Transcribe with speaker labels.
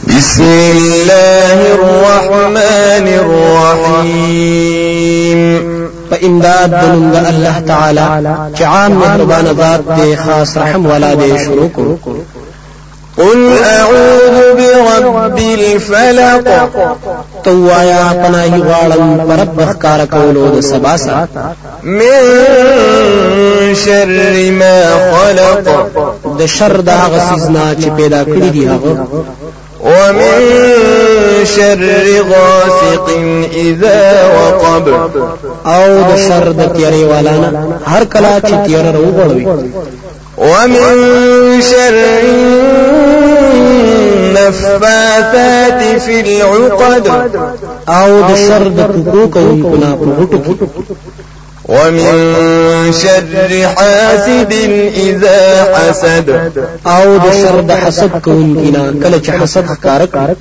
Speaker 1: بسم الله الرحمن الرحيم
Speaker 2: په امداد د نوم د الله تعالی چې عام مهربان ذات دی خاص رحم والا دی شروع کړو
Speaker 1: قل أعوذ برب الفلق
Speaker 2: تو آیا پناهي غواړم پر رب ښکار کولو د سبا سره
Speaker 1: من شر ما خلق
Speaker 2: د شر د هغه سيزنا چې پیدا کړی دی هغه
Speaker 1: ومن شر غاسق إذا وقب
Speaker 2: او د شر د تیارې والانا هر کله چې تیار راوغړوي
Speaker 1: ومن شر النفاثات في العقد
Speaker 2: او د شر د ټکو کوونکو نه په غټو کې
Speaker 1: ومن شر حاسد إذا حسد
Speaker 2: او د شر د حسد کوونکو نه کله چې حسد ښکار کوي